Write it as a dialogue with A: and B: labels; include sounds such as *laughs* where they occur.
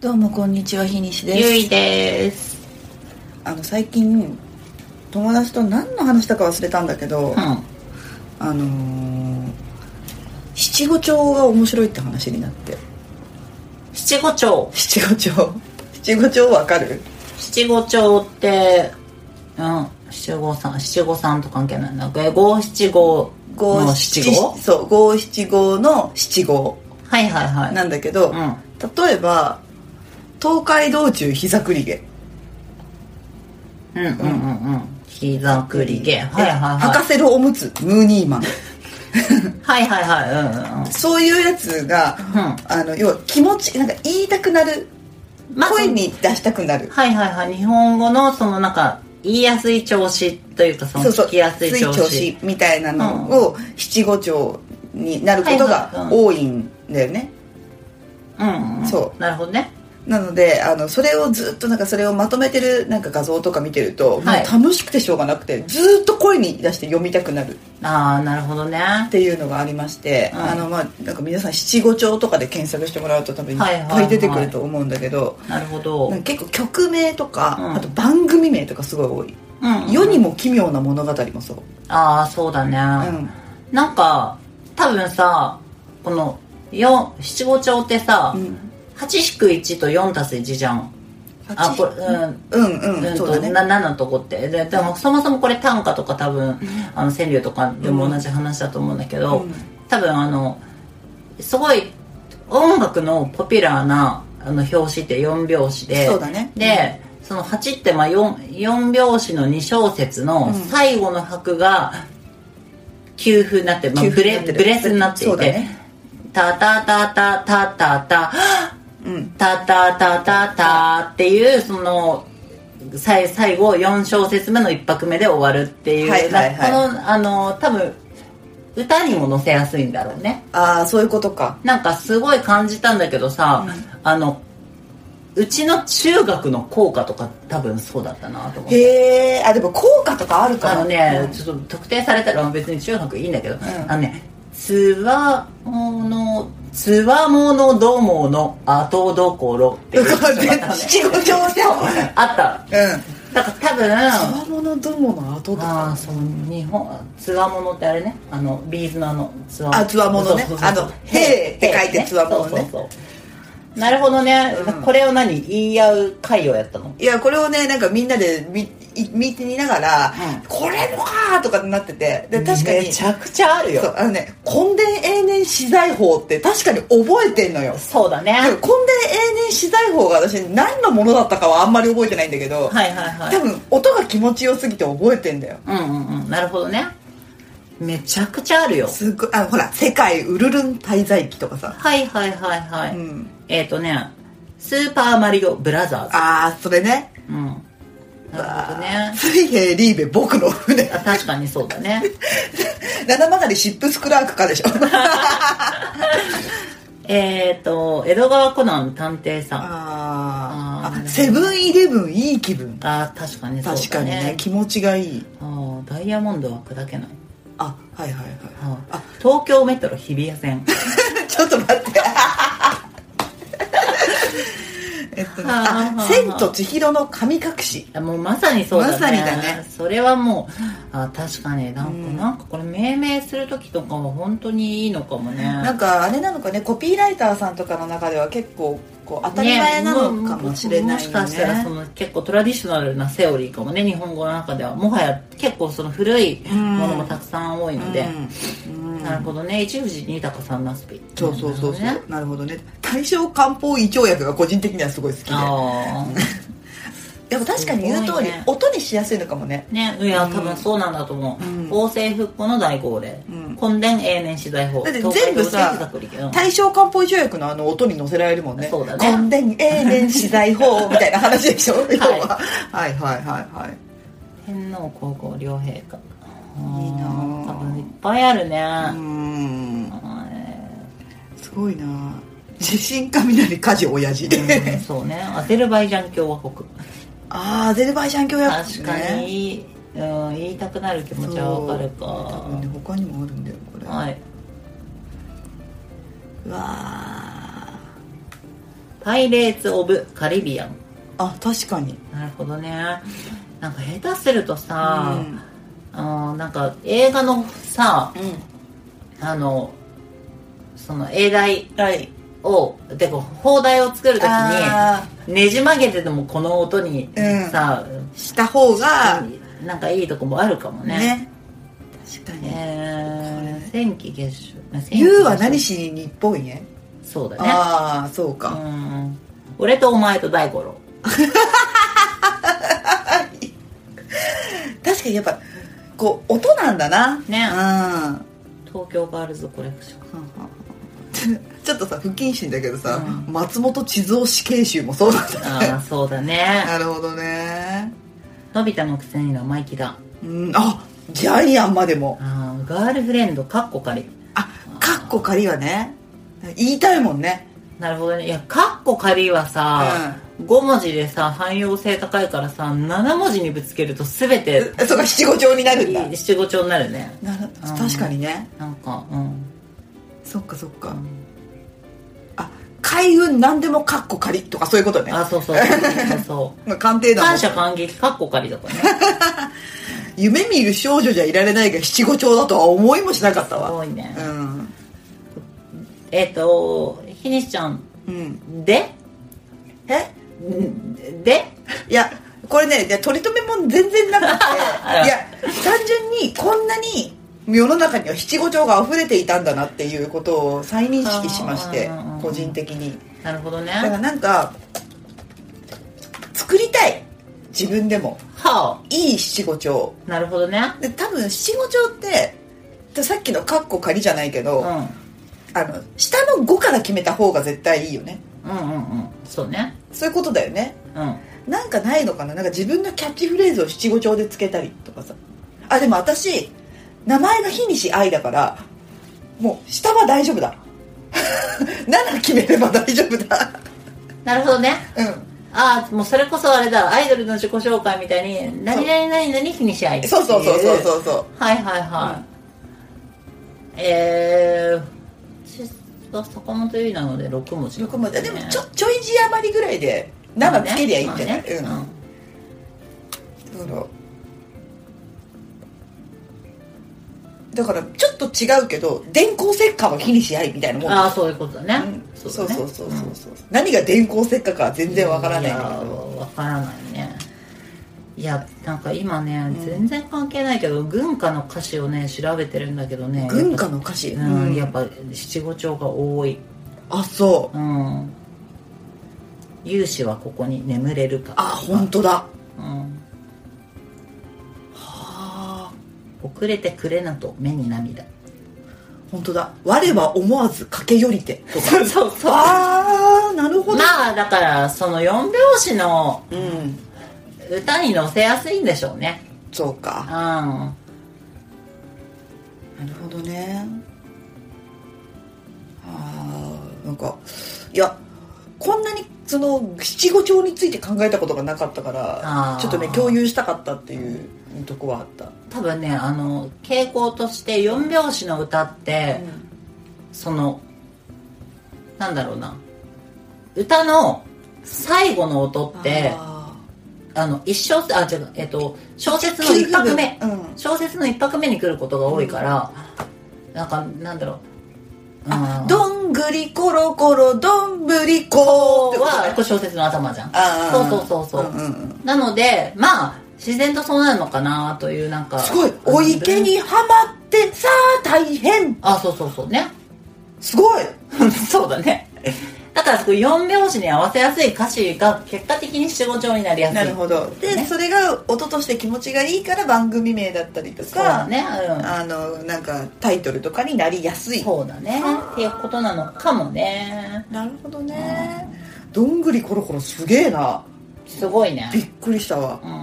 A: どうもこんにちはひにしです
B: ゆいです。
A: あの最近友達と何の話したか忘れたんだけど、
B: うん。
A: あのー七五調が面白いって話になって
B: 七五調。
A: 七五調七五調わかる
B: 七五調って、うん。七五三、七五三と関係ないな。え五七五の七五
A: そう五七五の七五
B: はいはいはい。
A: なんだけど、
B: うん。
A: 例えば東海道中膝栗毛
B: うんうんうんうん。膝くりげ。はいはい
A: 履か
B: は
A: せるおむつムーニーマン
B: い。はいはいはい。
A: そういうやつが、
B: う
A: あの要は気持ちなんか言いたくなる
B: うんうん。まあ
A: 声に出したくなる、
B: はいはいはい。日本語のそのなんか、言いやすい調子というか、その
A: そうそう
B: 聞きやすい
A: つい
B: 調
A: 調
B: 子。
A: 子みたいなのを七五調になることが多いんだよね、
B: うんうん。。
A: そう
B: なるほどね。
A: なのであのそれをずっとなんかそれをまとめてるなんか画像とか見てると、
B: はい
A: もう楽しくてしょうがなくてずっと声に出して読みたくなる
B: ああ、なるほどね。
A: っ
B: は
A: ていうのがありまして、
B: うん
A: あのまあなんか皆さん七五調とかで検索してもらうと多分いっ
B: はいはい
A: ぱ
B: はい
A: い出てくると思うんだけど、
B: いなるほど。
A: なんか結構曲名とか、
B: うん
A: あと番組名とかすごい多い、
B: うん
A: 世にも奇妙な物語もそう、
B: ああそうだね、
A: うん
B: なんか多分さこの四七五調ってさ、
A: うん
B: 八引く1と4足す1じゃんあこれうん
A: うんうん、
B: うん
A: そ
B: と
A: うだね
B: な7のとこってででもそもそもこれ短歌とか多分あの川柳とかでも同じ話だと思うんだけど、
A: うん
B: 多分あのすごい音楽のポピュラーなあの表紙って4拍子で
A: そうだね
B: で、その8ってまあ 4, 4拍子の2小節の最後の拍が休符になって、まあ、
A: 休
B: ブ
A: 符にな
B: レ
A: ってる
B: ブレスになってい
A: そうだ
B: て
A: ね
B: 「タタタタタタタ」
A: うん
B: タタタタタっていうその最最後4小節目の1拍目で終わるっていう、
A: はいはいはい
B: なんかこのあの多分歌にも載せやすいんだろうね
A: ああそういうことか
B: なんかすごい感じたんだけどさ、あのうちの中学の校歌とか多分そうだったなと思って。
A: へえあでも効果とかあるか
B: あ
A: ら
B: のね、ちょっと特定されたら別に中学いいんだけど、
A: ん
B: あのね「つわものつわものどもの後どころ」って *laughs* いう
A: 七五調
B: *laughs*
A: で
B: あった
A: う
B: だから多分
A: んつわものどもの後と
B: あ
A: か
B: あそう日本つわものってあれねあのビーズのあのつわ
A: あつわものねあのへーって書いてつわものね
B: そうそうそうなるほどね、
A: うん
B: これを何言い合う会をやったの
A: いやこれをねなんかみんなで見見てみながら、
B: うん
A: これもかーとかになっててで確かに
B: めちゃくちゃあるよ
A: そうあのね「根伝永年資材法」って確かに覚えてんのよ
B: そうだね
A: でも根伝永年資材法が私何のものだったかはあんまり覚えてないんだけど、
B: はいはいはい
A: 多分音が気持ちよすぎて覚えてんだよ
B: うんうんうんなるほどねめちゃくちゃあるよ
A: すっごいあほら「世界ウルルン滞在記」とかさ
B: はいはいはいはい、
A: うん
B: えっ、ー、とね「スーパーマリオブラザーズ
A: ああそれね」
B: うんなるほどね
A: 水平リーベ僕の船 *laughs*
B: あ確かにそうだね
A: 七曲りシップスクラークか
B: *laughs*
A: でしょ
B: えっと江戸川コナン探偵さん
A: あ
B: あ
A: ー
B: ー
A: あセブンイレブンいい気分
B: あー確かにそうだね
A: 確かにね気持ちがいい
B: あーダイヤモンドは砕けない
A: あはいはいはい
B: あー
A: あ
B: 東京メトロ日比谷線
A: *laughs* ちょっと待って。えっとね、
B: はあはあは
A: あ
B: あ、
A: 千と千尋の神隠し。
B: あもうまさにそうだね
A: まさにだね
B: それはもうあー確かになんか、
A: うん
B: なんかこれ命名する時とかは本当にいいのかもね
A: なんかあれなのかね、コピーライターさんとかの中では結構こう当たり前なのかもしれないよね。
B: もしかしたらその結構トラディショナルなセオリーかもね日本語の中ではもはや結構その古いものもたくさん多いので、
A: うんうん
B: なるほどね一富士二鷹三ナスピ
A: そうそうそうそう、
B: なる
A: なるほどね大正漢方胃腸薬が個人的にはすごい好きで
B: ほどねあ
A: でも確かに言う通り、
B: すごいね
A: 音にしやすいのかもね
B: あねいや多分そうなんだと思う、
A: うん
B: 法制復古の大号令、
A: うん
B: 根伝永年資材法
A: だって全部さ
B: 東海道大学力
A: 大正漢方胃腸薬のあの音に乗せられるもんね
B: そうだね
A: 根伝永年資材法みたいな話でし
B: *laughs*
A: ょ、要ははいはいはいはい
B: 天皇皇后両陛下
A: いいなあ
B: 多分いっぱいあるね、
A: うーん
B: はい
A: すごいな地震雷火事親父
B: うんそうねアゼルバイジャン共和国
A: *laughs* ああアゼルバイジャン共和国
B: 確か
A: ね
B: に、うん、言いたくなる気持ちはわかるか
A: 多分ね他にもあるんだよこれ、
B: はいう
A: わあ
B: パイレーツ・オブ・カリビアン
A: あ確かに
B: なるほどねなんか下手するとさ、
A: うん
B: あーなんか映画のさ
A: うん
B: あのその英題
A: はい
B: をでこう放題を作るとき
A: あ
B: にねじ曲げてでもこの音に
A: うん
B: さ、
A: ーした方が
B: なんかいいとこもあるかも
A: ね
B: ね
A: 確か
B: え
A: に
B: ー千期月収まあ千期月収
A: 優は何しに日本へ、
B: そうだね
A: ああそう
B: う
A: か、
B: ん俺とお前と大五郎
A: 確かにやっぱこう音なんだな
B: ね
A: うん *laughs*
B: 東京ガールズコレクション
A: ちょっとさ不謹慎だけどさ、
B: う
A: 松本地蔵死刑囚もそうだった
B: ああそうだね
A: なるほどね
B: のび太のくせに生意気だ
A: うんあジャイアンまでも
B: あーガールフレンドカッコ仮
A: あかっこ仮はね言いたいもんね
B: なるほどねいやカッコ仮はさ、5文字でさ汎用性高いからさ7文字にぶつけると全て
A: そうか七五調になるんだ
B: 七五調になるね
A: なる
B: うん
A: 確かにね
B: なんかうん
A: そっかそっかあ海運何でもかっこ仮とかそういうことね
B: あそうそうそう
A: *laughs*
B: そう
A: まあ鑑定団
B: 感
A: も
B: 謝感激カッコ仮だからね
A: 夢見る少女じゃいられないが七五調だとは思いもしなかった
B: す
A: わ
B: ごいね
A: うん
B: えっ、とひにしちゃん
A: うん
B: で
A: え
B: で
A: いやこれねいや取り留めも全然な
B: *laughs*
A: くて
B: あら
A: いや単純にこんなに世の中には七五調が溢れていたんだなっていうことを再認識しまして
B: あー
A: 個人的に
B: なるほどね
A: だからなんか作りたい自分でも
B: はい
A: い七五調
B: あなるほどね
A: で多分七五調ってさっきのカッコ仮じゃないけど、
B: うん
A: あの下の5から決めた方が絶対いいよね
B: うんうんうんそうね
A: そういうことだよね
B: うん
A: なんかないのかななんか自分のキャッチフレーズを七五調でつけたりとかさあでも私名前が日西愛だからもう下は大丈夫だ *laughs* 7決めれば大丈夫だ
B: なるほどね
A: うん
B: ああもうそれこそあれだアイドルの自己紹介みたいに「何々何々日にし合い」ってい
A: そうそうそうそうそうそう
B: はいはいはい、えー私は坂本優奈なので6文字
A: よくもでもちょ
B: っ
A: ちょい字余りぐらいで7つけりゃいいんじゃない、
B: ね
A: うんだからだからちょっと違うけど電光石火は火にし合いみたいなもん
B: ああそういうことだね、
A: うんそうそう
B: だね
A: そうそうそ
B: ん
A: う何が電光石火かは全然わからないんだけど
B: わからないねいやなんか今ね、全然関係ないけど軍歌の歌詞をね調べてるんだけどね
A: 軍歌の歌詞、
B: やっぱうん、
A: うん
B: やっぱ七五調が多い
A: あそう
B: うん勇士はここに眠れるか
A: あ本当だは
B: うん、
A: あ
B: 遅れてくれなと目に涙
A: 本当だ我は思わず駆け寄りてとか
B: *laughs* そうそうそう
A: ああなるほど、
B: まあだからその4拍子の
A: うん
B: 歌に乗せやすいんでしょうね
A: そう
B: うん
A: か
B: な
A: なるほどねああんかいやこんなにその七五調について考えたことがなかったから
B: あー
A: ちょっとね共有したかったっていうとこはあった、
B: 多分ねあの傾向として4拍子の歌って、そのなんだろうな歌の最後の音ってあ
A: あ
B: の一小節あ違うえっと小説
A: ー
B: の一拍目
A: うん
B: 小説の一拍目に来ることが多いから、なんかなんだろう
A: あ
B: うん
A: どんぐりころころどんぶりこってことね
B: はこれ小説の頭じゃん
A: あー
B: そうそうそうそうん
A: んん
B: なのでまあ自然とそうなるのかなというなんか
A: すごい
B: あの
A: お池にはまってさあ大変
B: あそうそうそうね *laughs*
A: すごい
B: そうだねだからそこ4拍子に合わせやすい歌詞が結果的に七五調になりやすい
A: なるほどで、
B: ね
A: それが音として気持ちがいいから番組名だったりと
B: そうだ
A: か、
B: ね、うん、
A: あのなんかタイトルとかになりやすい
B: そうだねっていうことなのかもね
A: なるほどねどんぐりころころすげえな
B: すごいね
A: びっくりしたわ
B: うん